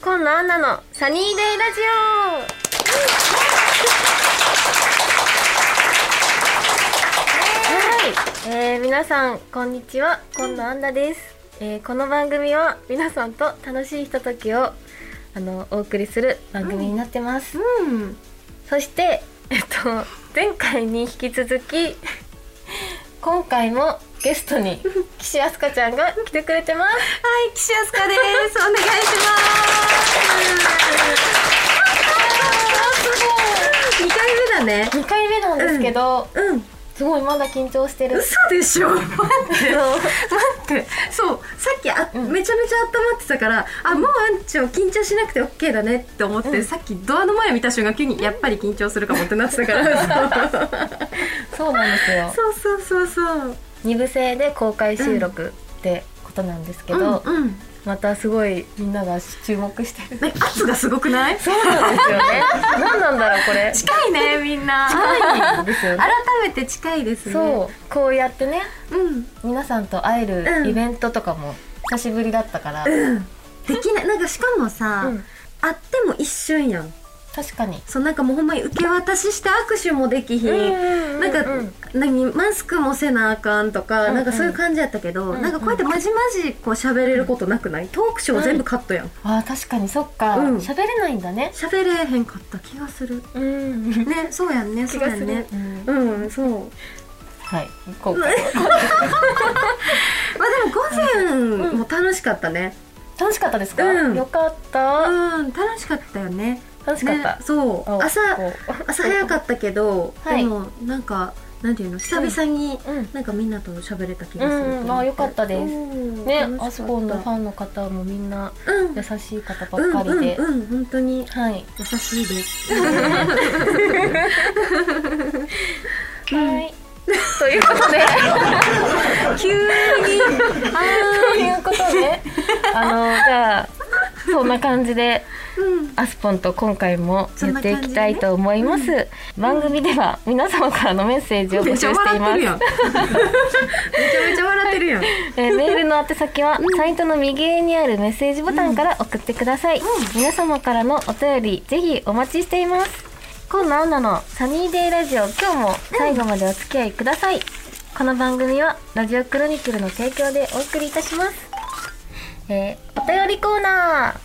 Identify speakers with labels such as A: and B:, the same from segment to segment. A: 今野アンナのサニーデイラジオはい、えー、皆さんこんにちは今野アンナです、えー、この番組は皆さんと楽しいひとときをあのお送りする番組になってます、
B: うん
A: そしてえっと前回に引き続き今回もゲスト に岸あすかちゃんが来てくれてます
B: はい、岸あすかです。お願いします。二回目だね。
A: 2回目なんですけど、
B: うん、
A: すごいまだ緊張してる
B: 嘘でしょ。待って、待
A: そう
B: って。そう、さっきあ、
A: うん
B: めちゃめちゃ温まってたから、あ、もうあんちょ緊張しなくてオッケーだねって思って、
A: うん
B: さっきドアの前見た瞬間急にやっぱり緊張するかもってなってたから。
A: そうなんですよ
B: そうそうそうそう。
A: 二部制で公開収録ってことなんですけど、
B: うん、うん。
A: またすごいみんなが注目してる
B: ね圧がすごくない？
A: そうなんですよね 何なんだろうこれ
B: 近いねみんな。
A: 近いんですよ
B: 改めて近いです ね。
A: そうこうやってね
B: う。うん。
A: 皆さんと会え
B: うん
A: るイベントとかも久しぶりだったから、
B: うんできないなんかしかもさ、
A: うん
B: 会っても一瞬やん
A: 確かに、
B: そうなんかもうほんまに受け渡しして握手もできひん、なんか、何マスクもせなあかんとか、
A: うんうん
B: なんかそういう感じやったけど、
A: うんうん
B: なんかこうやってまじまじこう喋れることなくない、トークショー全部カットやん
A: あー確かにそっか
B: うん
A: 喋、れないんだね
B: 喋れへんかった気がする
A: うん
B: ねそうやんねそうやんね
A: うん
B: うん そうま
A: はい今回
B: あでも午前
A: うん
B: も楽しかったね
A: 楽しかったですか、
B: うん
A: よかった、
B: うん楽しかったよね
A: 楽しかった、
B: ねそう
A: あ
B: 朝
A: こ
B: 朝早かったけど、
A: はい
B: でもなんかなんていうの久々に
A: ううん
B: なんかみんなと喋れた気がすると思
A: う
B: て、
A: んあ良かったです
B: うん
A: ね
B: 楽しかった
A: アスコンのファンの方もみんな
B: うん
A: 優しい方ばっかりで、
B: うんうんうん本当に
A: はい、
B: 優しいです。
A: はいということ で
B: 急に
A: ということであのじゃあそんな感じで
B: うん
A: アスポンと今回もやっていきたいと思います、番組では皆様からのメッセージを募
B: め
A: 集
B: っ
A: し
B: ち
A: て
B: ゃ
A: い
B: 笑っ
A: ま
B: て
A: す
B: るやん。めちゃめちゃ笑ってるやん。
A: えーメールの宛先は、サイトの右上にあるメッセージボタンから送ってください、皆様からのお便りぜひお待ちしています今野アンナのサニーデイラジオ今日も最後までお付き合いください、この番組はラジオクロニクルの提供でお送りいたしますえーお便りコーナー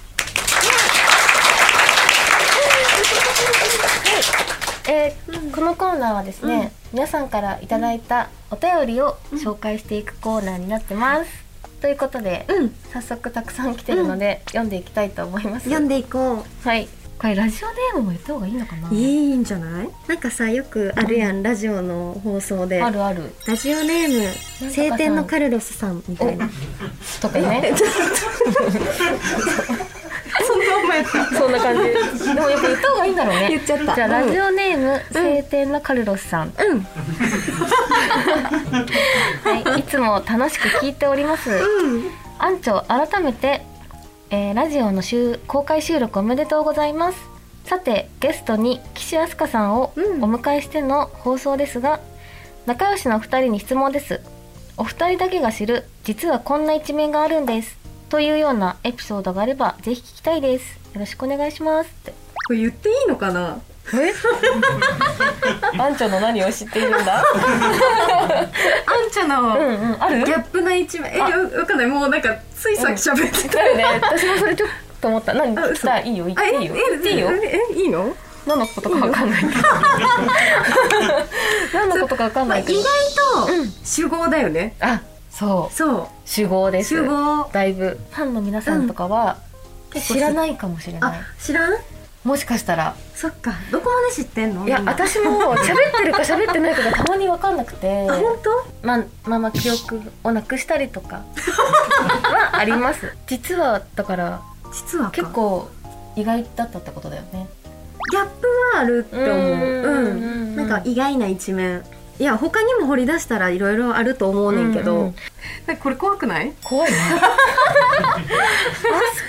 A: えーこのコーナーはですね、皆さんからいただいたお便りを紹介していくコーナーになってます、ということで、
B: うん
A: 早速たくさん来てるので、読んでいきたいと思います
B: 読んでいこ
A: はいこれラジオネームも言った方がいいのかな
B: う。いいんじゃない？なんかさよくあるやん、ラジオの放送で。
A: あるある
B: ラジオネー
A: さん
B: ム晴天のカルロスさんみたいな。
A: とか ね
B: そんなお前
A: そんな感じでもやっぱ言った方がいいんだろうね
B: 言っちゃった
A: じゃあラジオネーム、晴天のカルロスさん
B: うん
A: はい、いつも楽しく聞いております。
B: うん
A: アンチョ改めて、えーラジオの収公開収録おめでとうございます。さてゲストに岸あすかさんをお
B: うん
A: 迎えしての放送ですが、仲良しのお二人に質問です。お二人だけが知る実はこんな一面があるんですというようなエピソードがあればぜひ聞きたいです。よろしくお願いしますって。
B: これ言っていいのかな？
A: アンチョの何を知っているんだ？
B: あんちゃ
A: う
B: の
A: んうんある
B: ギ。ャップな一面え
A: あ
B: わわかんないもうなんかついさっき喋ってた。
A: だよね。私もそれちょっと思った。何
B: あ
A: 聞き
B: 嘘
A: たいいいよ言っ
B: あ
A: ていいよ言っていいよ。
B: ええいいの？
A: 何のことかわかんないけど 何のことかわかん
B: ま
A: ない
B: あ意
A: けど
B: 外と
A: うん
B: 主語だよね。
A: あそ
B: そう
A: 集合
B: う
A: です
B: 主語。
A: だいぶファンの皆さんとかは、
B: 結構
A: 知らないかもしれない
B: あ知らん？
A: もしかしたら
B: そっかどこまで知ってんの？
A: いや
B: みんな
A: 私も喋ってるか喋ってないかがたまにわかんなく て
B: あ本当？
A: まあまあまあ記憶をなくしたりと かはあります実はだから
B: 実はか
A: 結構意外だったってことだよね
B: ギャップはあるって思う。
A: うんう
B: う
A: んうんうん
B: ん。なんか意外な一面。いや他にも掘り出したらいろいろあると思うねんけど、
A: うんうん
B: なんかこれ怖くない
A: 怖い ねアス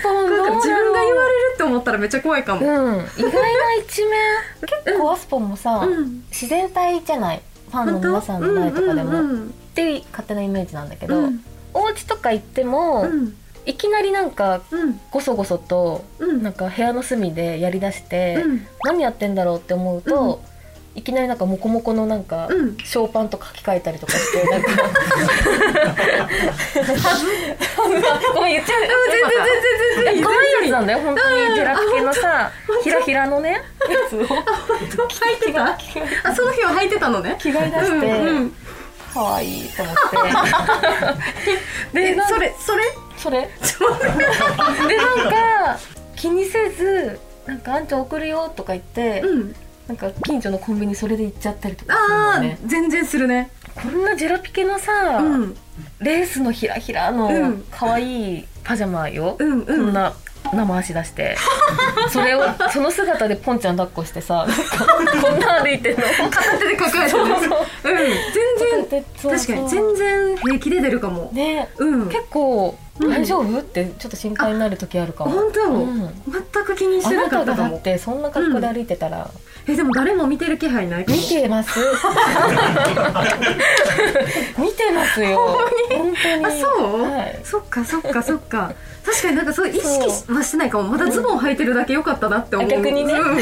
A: ポンどうだろう
B: 自分が言われるって思ったらめっちゃ怖いかも、
A: うん、意外な一面結構アスポンもさ、
B: うん、
A: 自然体じゃないファンの
B: 本当
A: 皆さんの前とかでも、
B: うんうん
A: っていう勝手なイメージなんだけ
B: う
A: ど、
B: んうん
A: お家とか行っても、
B: うん
A: いきなりなんか
B: うん
A: ごそごそと
B: うん
A: なんか部屋の隅でやりだして、
B: うん
A: 何やってんだろうって思うと、いきなりなんかモコモコのなんか、
B: うん
A: ショーパンとか書き換えたりとかしてなんかごめん言っちゃう
B: 全然全然全然
A: 可愛いやつなんだよ本当にジェラピケのさひらひらのねやつを
B: 履いてたあその日は履いてたのね
A: 着替え出
B: う
A: し
B: ん
A: て、
B: うん
A: 可愛いと思って
B: で
A: でなん
B: それ それ
A: それ
B: ちょっと待って
A: でなんか気にせずなんかあんちゃん送るよとか言って、
B: うん
A: なんか近所のコンビニそれで行っちゃったりとかする
B: あ
A: のね
B: ー全然するね
A: こんなジェラピケのさ、
B: うん
A: レースのひらひら
B: う
A: の
B: ん
A: 可愛いパジャマよ、
B: うん
A: こ
B: うん
A: んな生足出して それをその姿でポンちゃん抱っこして さなんかこんな歩いてんの
B: 片手で抱えてるうん全然確かに全然平気で出るかも
A: ね
B: うん
A: 結構
B: うん
A: 大丈夫ってちょっと心配になる時あるかも
B: 本当
A: うん
B: 全く気にし
A: あ
B: てな
A: な
B: か
A: た
B: った
A: が
B: か
A: だ
B: も
A: ってそんな格好で歩いてたら
B: えでも誰も見てる気配ないかも
A: 見てます 見てますよ本当に
B: あそう、
A: はい
B: そっかそっかそっか確かになんかそう意識はしてないかもまだズボン履いてるだけ良かったなって思う
A: あ逆にね
B: うん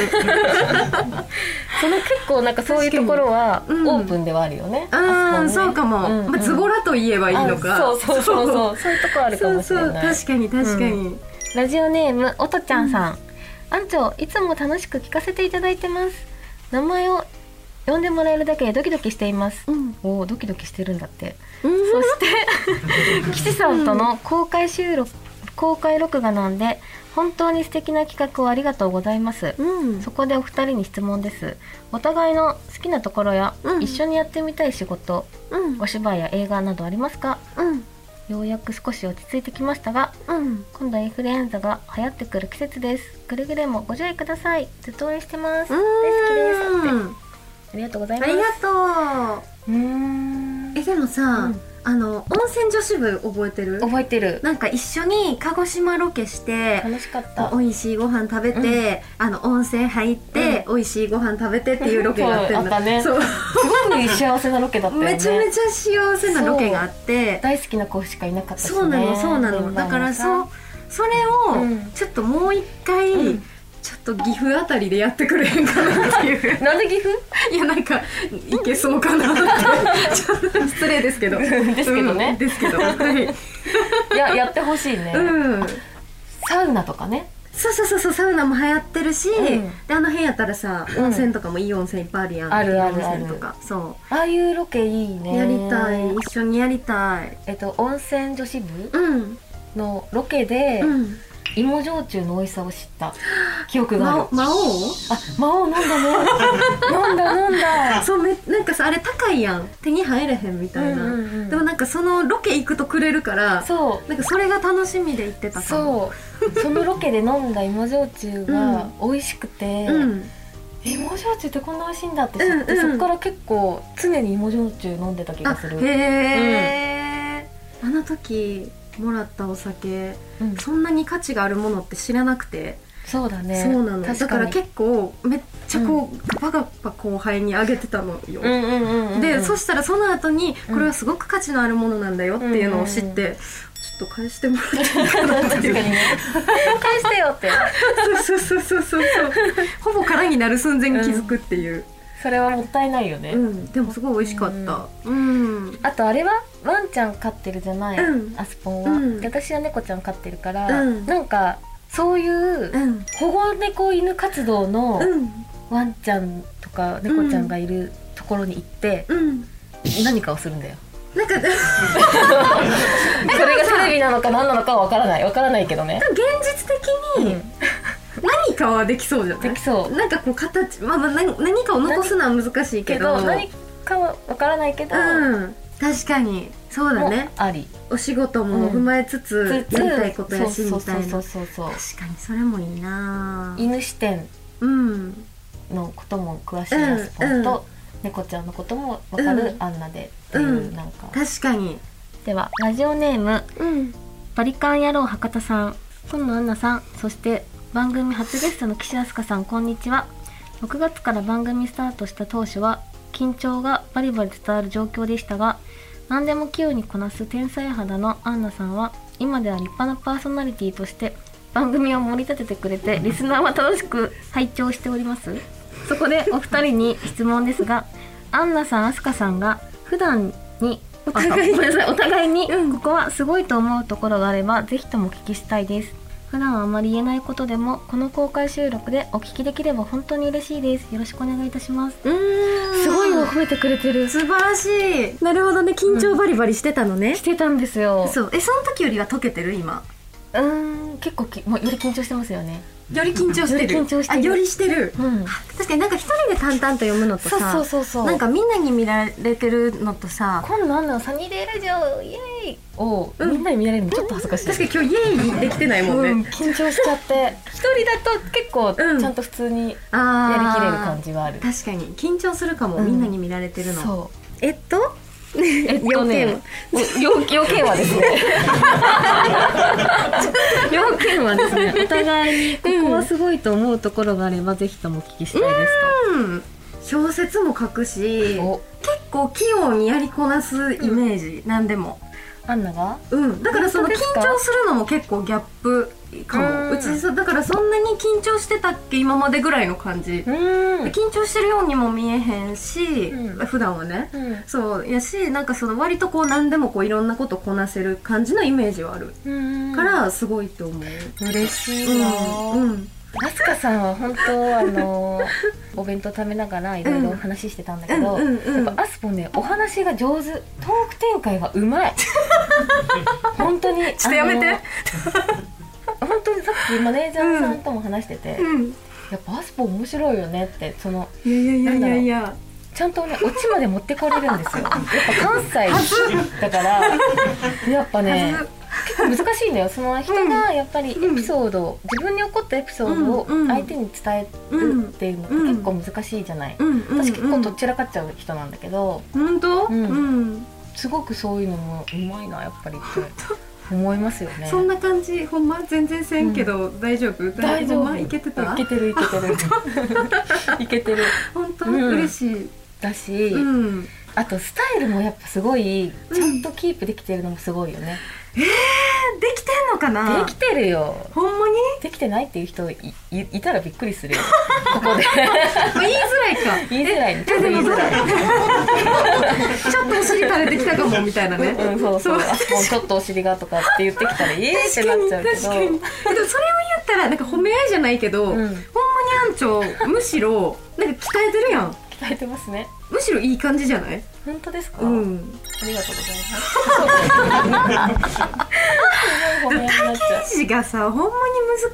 A: その結構なんかそういうところはオ
B: 確かにうん
A: ープンではあるよね。
B: ああ、
A: あこ
B: そう
A: ね
B: かも、
A: うん
B: まあ、ズボラと言えばいいのか
A: あそうそうそうそうそういうとこあるか
B: そう
A: もし
B: そ
A: れ
B: う
A: ない。
B: 確かに確かに、
A: ラジオネームおとちゃんさん。あんちょいつも楽しく聞かせていただいてます。名前を呼んでもらえるだけでドキドキしています。
B: うん
A: おおドキドキしてるんだって。
B: うん
A: そして 岸さんとの公開収録公開録画なんで本当に素敵な企画をありがとうございます。
B: うん
A: そこでお二人に質問です。お互いの好きなところや、
B: うん
A: 一緒にやってみたい仕事、
B: うん
A: お芝居や映画などありますか
B: うん
A: ようやく少し落ち着いてきましたが、
B: うん
A: 今度はインフルエンザが流行ってくる季節です。くれぐれもご注意ください。ずっと応援してます。大好きです。
B: うん
A: ありがとうございま
B: あ
A: す。
B: りがと
A: うーん
B: うえでもさ、
A: うん
B: あの温泉女子部覚えてる
A: 覚えてる。
B: なんか一緒に鹿児島ロケして
A: 楽しかった。
B: 美味しいご飯食べて、あの温泉入って、美味しいご飯食べてっていうロケがあってん
A: そうあった
B: だ、
A: ね
B: そう
A: すごく幸せなロケだったよね。
B: めちゃめちゃ幸せなロケがあって
A: 大好きな子しかいなかったしね。
B: そうなのそうなの
A: メンバー
B: だ
A: もさ
B: からそうそれを
A: うん
B: ちょっともう一回、
A: うん
B: ちょっと岐阜あたりでやってくれへんかなって いう
A: なんで岐阜？
B: いやなんかいけそうかなって ちょっと失礼ですけど
A: ですけどね
B: うんですけ どはい、
A: いややってほしいね、
B: うん
A: サウナとかね
B: そうそうそうそうサウナも流行ってるし、
A: うん
B: であの辺やったらさ
A: うん
B: 温泉とかもいい温泉いっぱいあるやん、
A: あるある
B: いい温泉とかそ、
A: ああいうロケいいうね
B: やりたい一緒にやりたい
A: えっと温泉女子部
B: うん
A: のロケで、
B: うん
A: 芋焼酎の美味しさを知った記憶がある
B: 魔魔王
A: あ魔王飲んだね 飲んだ飲んだ
B: そうめなんかさあれ高いやん手に入れへんみたいな、
A: うんうんうん
B: でもなんかそのロケ行くとくれるから
A: そう
B: なんかそれが楽しみで行ってたかも
A: そうそのロケで飲んだ芋焼酎が美味しくて、
B: うん、
A: 芋焼酎ってこんな美味しいんだって知って、
B: うんうん
A: そっから結構常に芋焼酎飲んでた気
B: あ
A: がする、
B: へえ、あの時もらったお酒
A: うん
B: そんなに価値があるものって知らなくて、
A: そうだね
B: そうなの
A: 確
B: だから
A: に
B: 結構めっちゃこう、ガパガパ後輩にあげてたのよ、
A: うんうんうんうんうん
B: でそしたらその後に
A: うん
B: これはすごく価値のあるものなんだよっていうのを知って、
A: うんうん
B: ちょっと返してもらっていいかな
A: 確
B: って
A: か
B: い
A: に
B: う
A: ね返してよって
B: そうそうそうそうそうほぼ空になる寸前に気づくっていう、
A: それはもったいないよね、
B: うんでもすごい美味しかったうん、うん
A: あとあれはワンちゃん飼ってるじゃない、
B: うん
A: アスポンは、
B: うん
A: で私は猫ちゃん飼ってるから、
B: うん
A: なんかそういううん保護猫犬活動のワンちゃんとか猫ちゃんがいるところに行って
B: うん
A: 何かをするん だよ、
B: なんか現
A: それがテレビなのか何なのかはわからないわからないけどね、
B: 実的に
A: で
B: 何かはできそうじゃない
A: きそう
B: なんかこう形まあまあ何何かを残すのは難しいけ
A: けど
B: ど
A: 何かはわからないけど、
B: うん確かにそうだ
A: も
B: ね
A: あり
B: お仕事も踏まえつつ、やりたいことやし
A: そうそ
B: みた
A: う
B: い
A: そ
B: な
A: うそうそう
B: 確かにそれもいいなぁ
A: 犬視点
B: うん
A: のことも詳しい
B: うん
A: アスポンと、猫ちゃんのこともわかる
B: うん
A: アンナでっていう、
B: うん
A: なんか
B: 確かに
A: ではラジオネーム
B: うん
A: バリカン野郎博多さん今野アンナさんそして番組初ゲストの岸飛鳥さんこんにちは6月から番組スタートした当初は緊張がバリバリ伝わる状況でしたが何でも器用にこなす天才肌のアンナさんは今では立派なパーソナリティとして番組を盛り立ててくれてリスナーは楽しく拝聴しておりますそこでお二人に質問ですがアンナさんアスカさんが普段に
B: お互いに
A: あごめんなさいお互いに
B: うん
A: ここはすごいと思うところがあればぜひともお聞きしたいです普段はあまり言えないことでもこの公開収録でお聞きできれば本当に嬉しいですよろしくお願いいたします
B: うーん
A: すごいの褒めてくれてるし
B: 素晴らしいなるほどね緊張バリバリしてたのね、
A: てたんですよ
B: そうえその時よりは溶けてる今
A: うーん結構きもうより緊張してますよね
B: より緊張してる
A: より緊張してる
B: あよりしてる
A: うん
B: 確かになんか一人で淡々と読むのと
A: そう
B: さ
A: そうそうそう
B: なんかみんなに見られてるのとさ
A: 今度あんなのサニーデイラジオイエーイを
B: うん
A: みんなに見られるのちょっと恥ずかしい、
B: 確かに今日イエイできてないもんね、
A: うん緊張しちゃって一人だと結構
B: うん
A: ちゃんと普通にやり
B: あ
A: き
B: ー
A: れる感じはある、
B: 確かに緊張するかも、
A: うん
B: みんなに見られてるの
A: そう
B: えっとえ
A: えっと ね要件要件はですね 要件はです ねお互いにここはすごいと思うところがあればぜひともお聞きしたいで
B: うん小説も書くし
A: す
B: 結
A: と、お
B: 構器用にやりこなすイメージ、何でも
A: アンナが
B: うんだからその緊
A: 本当ですか
B: 張するのも結構ギャップかも
A: うん
B: うちさだからそんなに緊張してたっけ今までぐらいの感じ、
A: うん
B: 緊張してるようにも見えへんし、
A: うん
B: 普段はね
A: うん
B: そうやしなんかその割とこう何でもこういろんなことこなせる感じのイメージはある
A: うん
B: からすごいと思う、
A: 嬉し
B: う
A: い
B: ん
A: な、
B: うん
A: アスカさんは本当あのお弁当食べながらいろいろお話ししてたんだけど、
B: うんうんうん
A: やっぱアスポねお話が上手トーク展開がうまい本当に
B: ちょっとやめて
A: あの本当にさっきマネージャーさんとも話してて、
B: うん
A: やっぱアスポ面白いよねってその
B: いやいやいやいやいや
A: ちゃんとねオチまで持ってこれるんですよやっぱ関西だからやっぱね
B: はず
A: 難しいんだよその人がやっぱりエピソードを、自分に起こったエピソードを
B: うんうん
A: 相手に伝えるっていうのって結構難しいじゃない、
B: うんうん、
A: 私結構どっちらかっちゃう人なんだけど
B: 本当、
A: う
B: うんん
A: すごくそういうのもうまいなやっぱりって思いますよね
B: そんな感じほんま全然せんけど、大丈夫
A: 大丈
B: ほん
A: 夫
B: まいけて
A: い
B: た
A: けてるいけて るいけてる
B: 本当、
A: うん
B: 嬉しい、
A: だし、
B: うん、
A: あとスタイルもやっぱすごいちゃんとキープできてるのもすごいよね、
B: できてんのかな
A: できてるよ
B: ほんまに
A: できてないっていう人いいいたらびっくりするよ ここで
B: 言いづらいか
A: 言いづらいねちょ
B: え
A: っと
B: で
A: 言い
B: も
A: づらい
B: ちょっとお尻垂れてきたかもみたいなね、
A: うん、そうそう、
B: そう
A: あそこちょっとお尻がとかって言ってきたら、ええってなっちゃうけ
B: 確かにでも
A: ど。
B: それを言ったらなんか褒め合いじゃないけど、
A: う
B: ほんま
A: ん、
B: に班長むしろなんか鍛えてるやん
A: 鍛えてますね。
B: むしろいい感じじゃない
A: 本当ですか。
B: うん
A: ありがとうございます。 すごい褒め合いになっちゃう。
B: 記事がさほんまに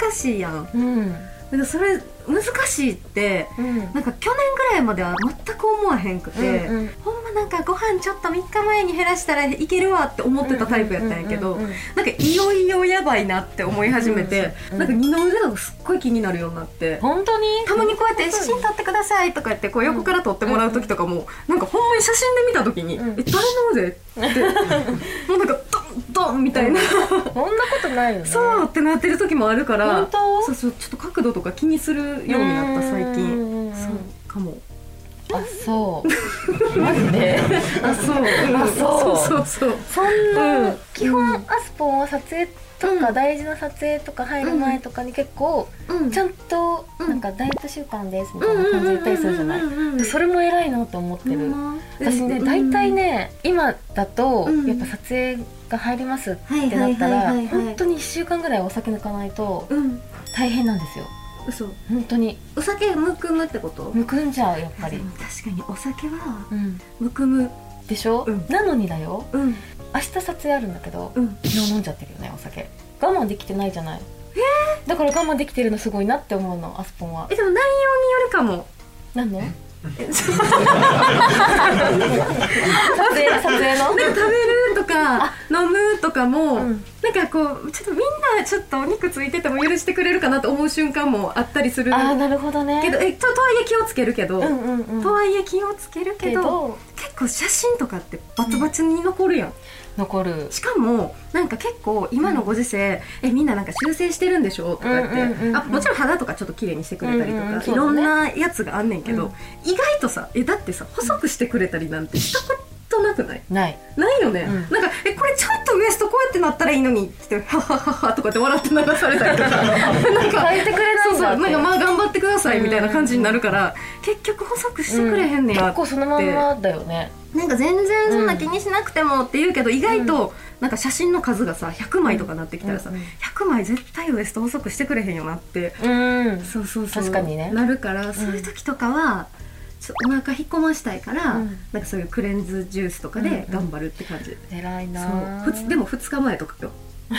B: 難しいやん
A: うん、
B: なんかそれ難しいって
A: うん、
B: なんか去年ぐらいまでは全く思わへんくて、
A: うんうん
B: ほんまなんかご飯ちょっと3日前に減らしたらいけるわって思ってたタイプやったんやけど、
A: うんうんうんうん
B: なんかいよいよやばいなって思い始めて、
A: うんうん
B: なんか二の腕がすっごい気になるようになって。
A: 本当に。
B: たまにこうやって写真撮ってくださいとか言ってこう横から撮ってもらう時とかもなんかほんまに写真で見た時に「
A: うん
B: え誰の腕?」ってもうなんかドンドンみたいな、
A: こんなことないよね。
B: そうってなってる時もあるから
A: 本当
B: そうそうちょっと角度とか気にするようになった最
A: う
B: 近
A: んうんうん
B: そうかも
A: あ、そう。マジで。
B: あそう、うん
A: あそう
B: そうそうそう
A: そんな、
B: うん
A: 基本、
B: う
A: アスポンは撮影とか、大事な撮影とか入る前とかに結構、
B: うん
A: ちゃんと、なんかダイエット習慣ですみたいな感じで言ったりするじゃない。そ
B: れ
A: れも偉いなと思ってる、私ね大体ね今だと、
B: うん
A: やっぱ撮影が入りますっ
B: って
A: なったら本当
B: に
A: に1週間ぐらいお酒抜かないと
B: うん
A: 大変なんですよ
B: 嘘
A: 本当に
B: お酒むくむってこと
A: むくんじゃうやっぱり
B: で、も確かにお酒は
A: うん、
B: むくむ
A: でしょ、
B: うん
A: なのにだよ
B: うん
A: 明日撮影あるんだけど
B: うん
A: 昨日飲んじゃってるよねお酒我慢できてないじゃないだから我慢できてるのすごいなって思うのアスポンは
B: えでも内容によるかも
A: 何の撮影撮影の
B: なんか食べるとか飲むとかも、
A: うん
B: なんかこうちょっとみんなちょっとお肉ついてても許してくれるかなと思う瞬間もあったりする
A: ああなるほどね
B: けどえととはいえ気をつけるけど、
A: うんうんうん
B: とはいえ気をつけるけど結構写真とかってバツバツに残るやん、
A: 残る
B: しかもなんか結構今のご時世、えみんななんか修正してるんでしょとかって、
A: うんうんうんうん
B: あもちろん肌とかちょっと綺麗にしてくれたりと
A: う
B: か、
A: んうんうん
B: い
A: そうだ
B: ろん
A: ね
B: なやつがあんねんけど、
A: うん
B: 意外とさえだってさ細くしてくれたりなんてしたことなくない
C: ない
B: ないよね、
C: うん
B: なんか「えこれちょっとウエストこうやってなったらいいのに」って「はははは」とかって笑って流されたりとかなんか
A: 変えてくれないんだって
B: そうそうなんかまあ頑張ってくださいみたいな感じになるから、結局細くしてくれへんねや、
C: 結構そのまんまだよね
B: なんか全然そんな気にしなくてもって言うけど、意外となんか写真の数がさ100枚とかなってきたらさ、
C: うんうん
B: 100枚絶対ウエスト細くしてくれへんよなって
C: うん
B: そうそうそう
C: 確かにね
B: なるからそういう時とかは、ちょお腹引っ込ましたいから、
C: うん
B: なんかそういうクレンズジュースとかで頑張るって感じ、
C: 偉いな
B: そうふつでも2日前とかよ
C: 頑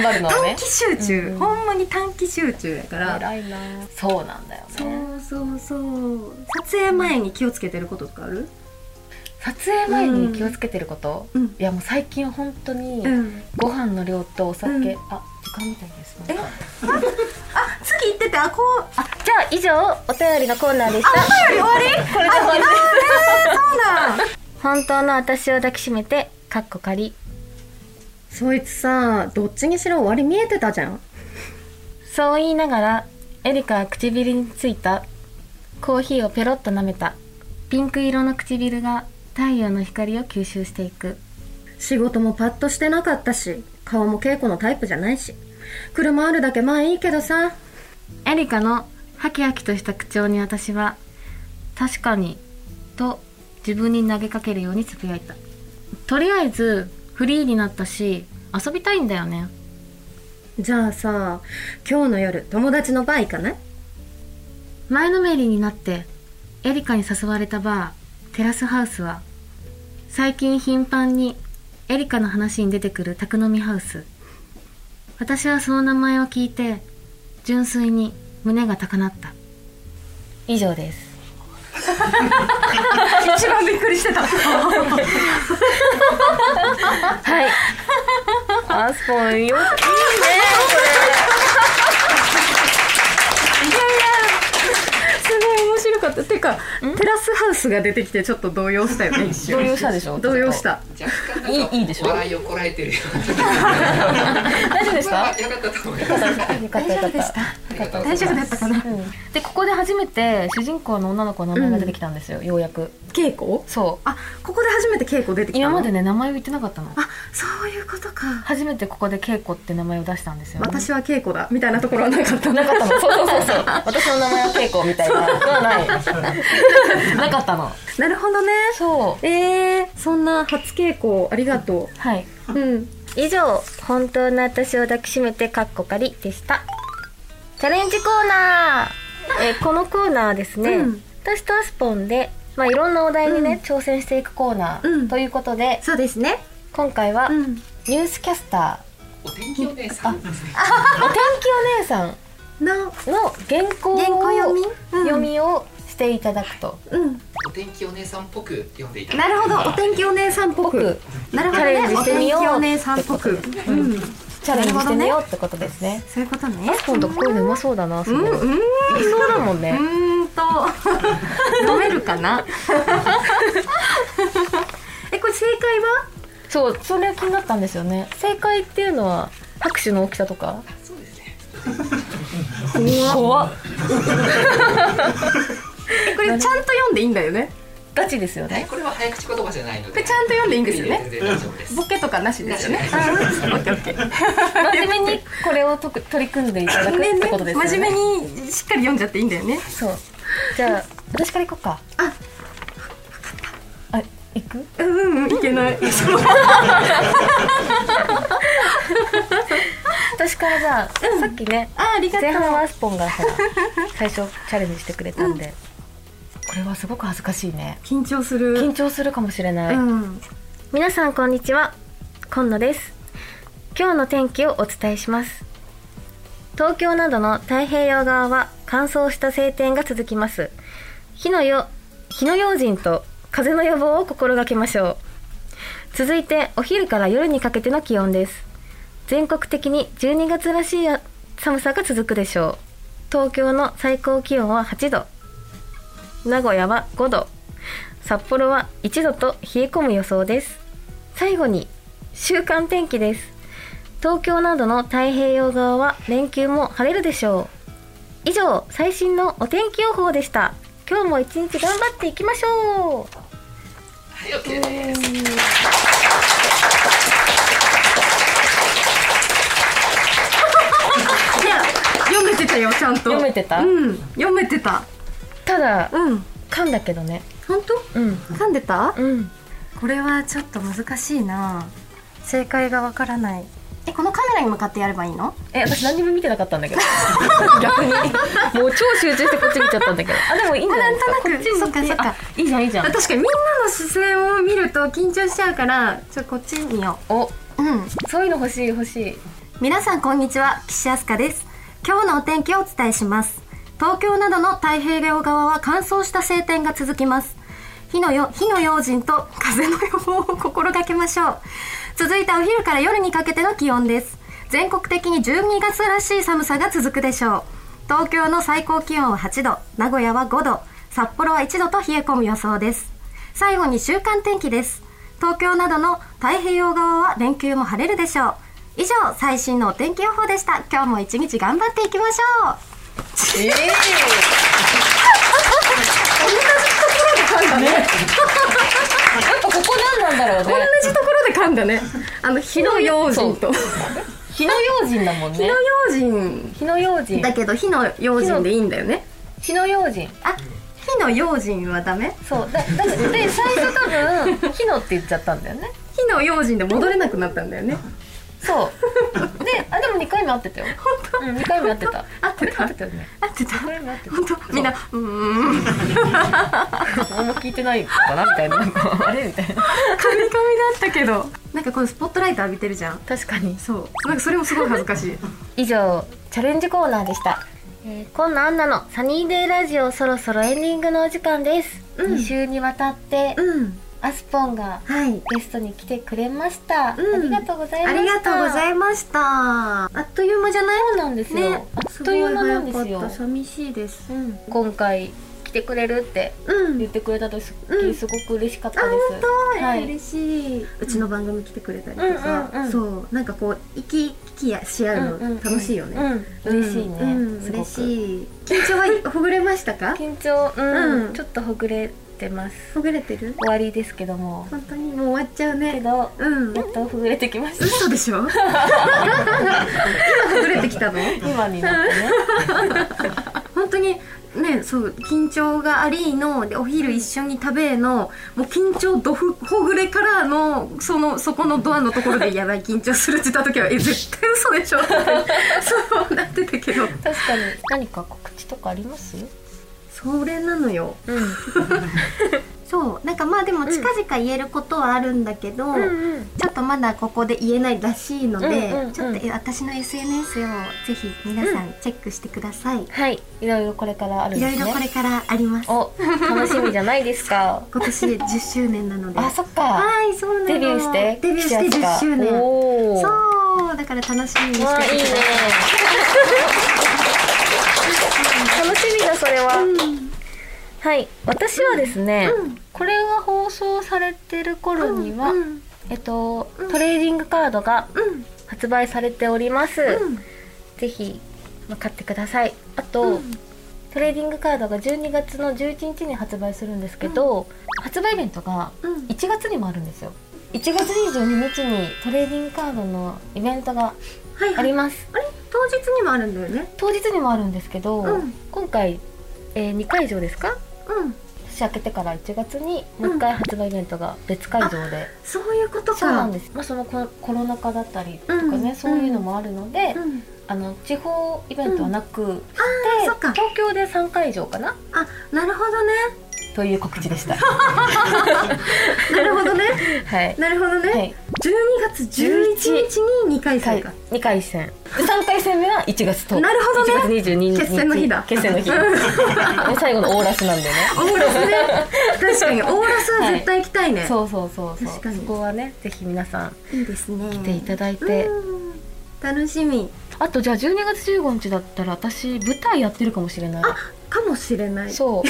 C: 張るのは
B: 短
C: ね
B: 期集中、
C: うんうん
B: ほんまに短期集中やから
C: 偉いなそうなんだよ
B: そ
C: ね
B: うそうそう撮影前に気をつけてることとかある
C: 撮影前に気をつけてること、
B: うん
C: いやもう最近本当に
B: ん
C: ご飯の量とお酒、
B: うん
C: あ時間みたいですね
B: え次行っててあこうあ
A: じゃあ以上お便りのコーナーでした
B: お便り終わり
C: これで終わり
A: 本当の私を抱きしめてかっこ仮
B: そいつさどっちにしろ終わり見えてたじゃん
A: そう言いながらエリカは唇についたコーヒーをペロッと舐めたピンク色の唇が太陽の光を吸収していく
B: 仕事もパッとしてなかったし顔も稽古のタイプじゃないし車あるだけまあいいけどさ
A: エリカのハキハキとした口調に私は「確かに」と自分に投げかけるようにつぶやいたとりあえずフリーになったし遊びたいんだよね
B: じゃあさ今日の夜友達のバー行かない
A: 前のめりになってエリカに誘われたバーテラスハウスは最近頻繁にエリカの話に出てくる宅飲みハウス私はその名前を聞いて純粋に胸が高鳴った以上です
B: 一番びっくりしてた
A: はいアスポンよ
B: すごい面白かったてかテラスハウスが出てきてちょっと動揺したよね一
C: 動
B: 瞬
C: 揺したでしょ
B: 動揺した
D: 若干なんか
C: いいいいでしょ
D: 笑いをこらえてるよ
C: 大丈夫で
D: う
C: し
D: ま
C: た
D: あよかったと思います
C: よかったよかった
D: 大丈夫だったかな
A: でここで初めて主人公の女の子の名前が出てきたんですよ、ようやく
B: 稽古
A: そう
B: あここで初めて稽古出てきた
A: 今まで
B: ね
A: ね名前を言ってなかったの
B: あそういうことか
A: 初めてここで稽古って名前を出したんですよ
B: 私は稽古だみたいなところはな かった
C: なかったのそうそうそ うそう私の名前は稽古みたいなのはない なかったの
B: なるほどね
C: そ
B: えー、そんな初稽古ありがと
C: うはい
B: うん、うん、
A: 以上「本当の私を抱きしめてかっこかり」でしたチャレンジコーナー、え ーこのコーナーですね、
B: うん
A: 私とアスポンで、まあ、いろんなお題に
B: うん
A: ね、挑戦していくコーナ
B: うん
A: ーということで、
B: そうですね
A: 今回は、
B: うん
A: ニュースキャスタ
D: お天気お姉さんですね
A: ーお天気お姉さん
B: の
A: の原稿を
B: 原稿読み、うん
A: 読みをしていただくと、
B: うん
D: お天気お姉さんっぽく読んでいた
B: な
D: だ
B: るほ どお天気お姉さんっぽくなるほ
A: チ
B: ど
A: ャレン
B: ね
A: ジし
B: お
A: てみ
B: 天
A: よう
B: 気お姉さんっぽくうん
A: チャレンジしてみようってことですね
B: そういうことね
A: アスポンとかこういうのうまそうだな、す
B: う
A: ご
B: ん
A: いうい
B: ん
A: きそうだもん
B: う
A: ね、
B: ーんと 飲めるか なえこれ正解は
A: そうそれ気になったんですよね正解っていうのは拍手の大きさとか
D: そうですね
A: 怖っ
B: えこれちゃんと読んでいいんだよね
A: ガチですよ
D: はい
A: ね
D: これは早口言葉じゃないの
B: これ
D: で
B: ちゃんと読んでいいんですよね
D: 全然大丈夫です
B: ボケとかなしですよね。
D: な
B: オッケーオッケー
A: 真面目にこれをとく取り組んでいただくってことですよね
B: 真面目にしっかり読んじゃっていいんだよね。
A: そうじゃあ私から行こうか
B: あ
A: あ行く
B: うんうんいけない。
A: 私からじゃあ、さっきね
B: あありがと
A: 前
B: う。
A: 半はアスポンがさ最初チャレンジしてくれたんで、これはすごく恥ずかしいね
B: 緊張する。
A: 緊張するかもしれない、
B: うん。
A: 皆さんこんにちは今野です今日の天気をお伝えします東京などの太平洋側は乾燥した晴天が続きます火のよ火の用心と風の予防を心がけましょう続いてお昼から夜にかけての気温です全国的に12月らしい寒さが続くでしょう東京の最高気温は8度名古屋は5度札幌は1度と冷え込む予想です最後に週間天気です東京などの太平洋側は連休も晴れるでしょう以上最新のお天気予報でした今日も一日頑張っていきましょう
D: はい、OK です。
B: いや読めてたよちゃんと
C: 読めてた
B: うん読めてた
A: ただ
B: うん
A: 噛んだけどね
B: 本当
A: うん
B: 噛んでた
A: うん
B: これはちょっと難しいな正解がわからないえこのカメラに向かってやればいいの
C: え私何にも見てなかったんだ けど逆にもう超集中してこっち見ちゃったんだけどあでもいいんじゃないですか
B: あなんとなく
C: こっち見て
B: そっかそっか
C: あいいじゃんいいじゃん
B: 確かにみんなの視線を見ると緊張しちゃうからちょっとこっち見よ
C: お
B: ううん
C: そういうの欲しい欲しい
B: 皆さんこんにちは岸あすかです今日のお天気をお伝えします東京などの太平洋側は乾燥した晴天が続きます火のよ火の用心と風の予防を心がけましょう続いてお昼から夜にかけての気温です全国的に12月らしい寒さが続くでしょう東京の最高気温は8度名古屋は5度札幌は1度と冷え込む予想です最後に週間天気です東京などの太平洋側は連休も晴れるでしょう以上最新のお天気予報でした今日も一日頑張っていきましょう
C: ええ
B: ね
C: やっぱここ何なんだろうね
B: 同じところで噛んだねあ の火の用心と
C: 火の用心だもん
B: 火
C: ね
B: の用心
C: 火の用心
B: だけど火の用心でいいんだよね
C: 火の用心
B: あ火の用心はダメ
C: そうだだで最初多分火のって言っちゃったんだよね
B: 火の用心で戻れなくなったんだよね
C: そうであでも2回目合ってたよ本当うん2回目合ってた
B: 合ってた合
C: 合ってたよね
B: ってた
C: 2回目合って
B: 本当みんなうーん
C: たあんま聞いてないかなみたいななんかあれみたいな
B: 神々だったけどなんかこのスポットライト浴びてるじゃん
C: 確かに
B: そうなんかそれもすごい恥ずかしい
A: 以上チャレンジコーナーでした、えー、今野アンナのサニーデイラジオそろそろエンディングのお時間です、
B: うん
A: 2週にわたって、
B: うん
A: アスポンが
B: はい
A: ゲストに来てくれました、
B: うん
A: ありがとうございま
B: あ
A: した
B: りがとうござ
A: ま
B: いましたあっという間じゃない
A: そうなんですよ、
B: ね
A: あっという間なんです
B: ごい早
A: よ
B: かった寂しいですうん
A: 今回来てくれるって
B: うん
A: 言ってくれた時、
B: うん
A: すごく嬉しかっ
B: あ
A: たです
B: 本当、
A: は
B: はいい、嬉しいうちの番組来てくれたりとか、
A: うんうんうん
B: そうなんかこう息き来し合う
A: うんうんう
B: の
A: ん
B: 楽しいよね、
A: うん嬉しいね、
B: うん
A: すごく
B: 嬉しい緊張はほぐれましたか
A: 緊張うん、
B: うん
A: ちょっとほぐれてます
B: ほぐれてる
A: 終わりですけども
B: 本当にもう終わっちゃう
A: け
B: ね
A: ど
B: うん
A: やっとほぐれてきました
B: 嘘でしょ 今ほぐれてきたの
C: 今になってね
B: 本当にねそう緊張がありのでお昼一緒に食べのもう緊張どふほぐれからのそのそこのドアのところで「やばい緊張する」って言った時は「え絶対嘘でしょ」って そうなってたけど
A: 確かに何か告知とかあります
B: それなのよ
A: うん
B: そうなんかまあでも近々言えることはあるんだけど、
A: うん
B: ちょっとまだここで言えないらしいので、
A: うんうんうん
B: ちょっとえ私の SNS をぜひ皆さんチェックしてください、
A: はいいろいろこれからあるん
B: い
A: で
B: ろ
A: すね
B: いろこれからあります
A: お楽しみじゃないですか
B: 今年10周年なので
A: あそっか
B: はい、そうなの。
A: デビューして
B: デビューして10周年。
A: おお
B: そう、だから楽しみにしてて
A: わあいいね楽しみだそれは、はい私はですね、
B: うん
A: これが放送されてる頃には、
B: うん、うん、
A: えっと、
B: うん
A: トレーディングカードが
B: うん、
A: 発売されております、
B: うん
A: ぜひまあ買ってくださいあと、
B: うん
A: トレーディングカードが12月の11日に発売するんですけど、発売イベントが
B: うん
A: 1月にもあるんですよ1月22日にトレーディングカードのイベントが
B: はい、
A: あ
B: はい
A: ります
B: あれ、当日にもあるんだよね。
A: 当日にもあるんですけど、
B: うん
A: 今回、え2会場ですか
B: うん、
A: 年明けてから1月にもう1回発売イベントが別会場で、
B: そういうことか。
A: そうなんです、まあ、そのココロナ禍だったりとかね、
B: うん
A: そういうのもあるので、
B: うん、
A: あの地方イベントはなく、で
B: そっか
A: 東京で3会場かな
B: あ、なるほどね。
A: という告知でした。
B: なるほどね。
A: はい。
B: なるほど
A: は
B: ね。
A: い。
B: 十二月十一日に二回戦か。
A: 二回戦。三回戦目は1月10日。
B: なるほどね
A: 1月22日。
B: 決戦の日だ
A: 決戦の日。最後のオーラスなんでね。
B: オーラスね。確かに、オーラスは絶対行きたいね。
A: そうそうそうそう。
B: 確かに
A: そこはね、ぜひ皆さん
B: いいですね。
A: 来ていただいて。
B: うん楽しみ。
A: あとじゃあ12月15日だったら私舞台やってるかもしれない。
B: かもしれない。
A: そう。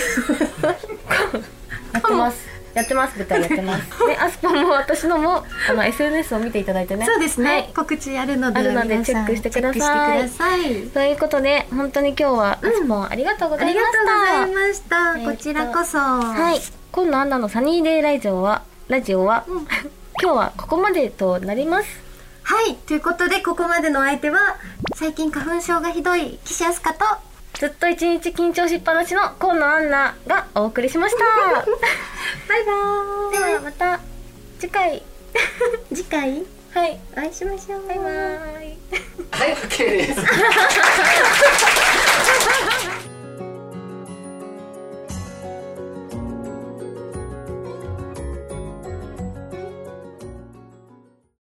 A: やってます。やってます舞台やって ます。で、アスパも私のもあの SNS を見ていただいてね。
B: そうですね、
A: はい
B: 告知あるので
A: あるので
B: 皆さん
A: チェックしてください
B: チェックしてください
A: ということで本当に今日は
B: うん
A: アスパンありがとうご
B: あ
A: ざい
B: り
A: まし
B: が
A: た。
B: とうございました、
A: えーと
B: こちらこそ
A: は。
B: はい
A: 今野アンナのサニーデイライジオはラジオは、
B: うん
A: 今日はここまでとなります
B: はいということでここまでのお相手は最近花粉症がひどい岸飛鳥と
A: ずっと一日緊張しっぱなしの河野アンナがお送りしました
B: バイバ
A: ではまた次回
B: イ次回
A: はい
B: お会いしましょう
A: バイバーイ
D: はい、OK です。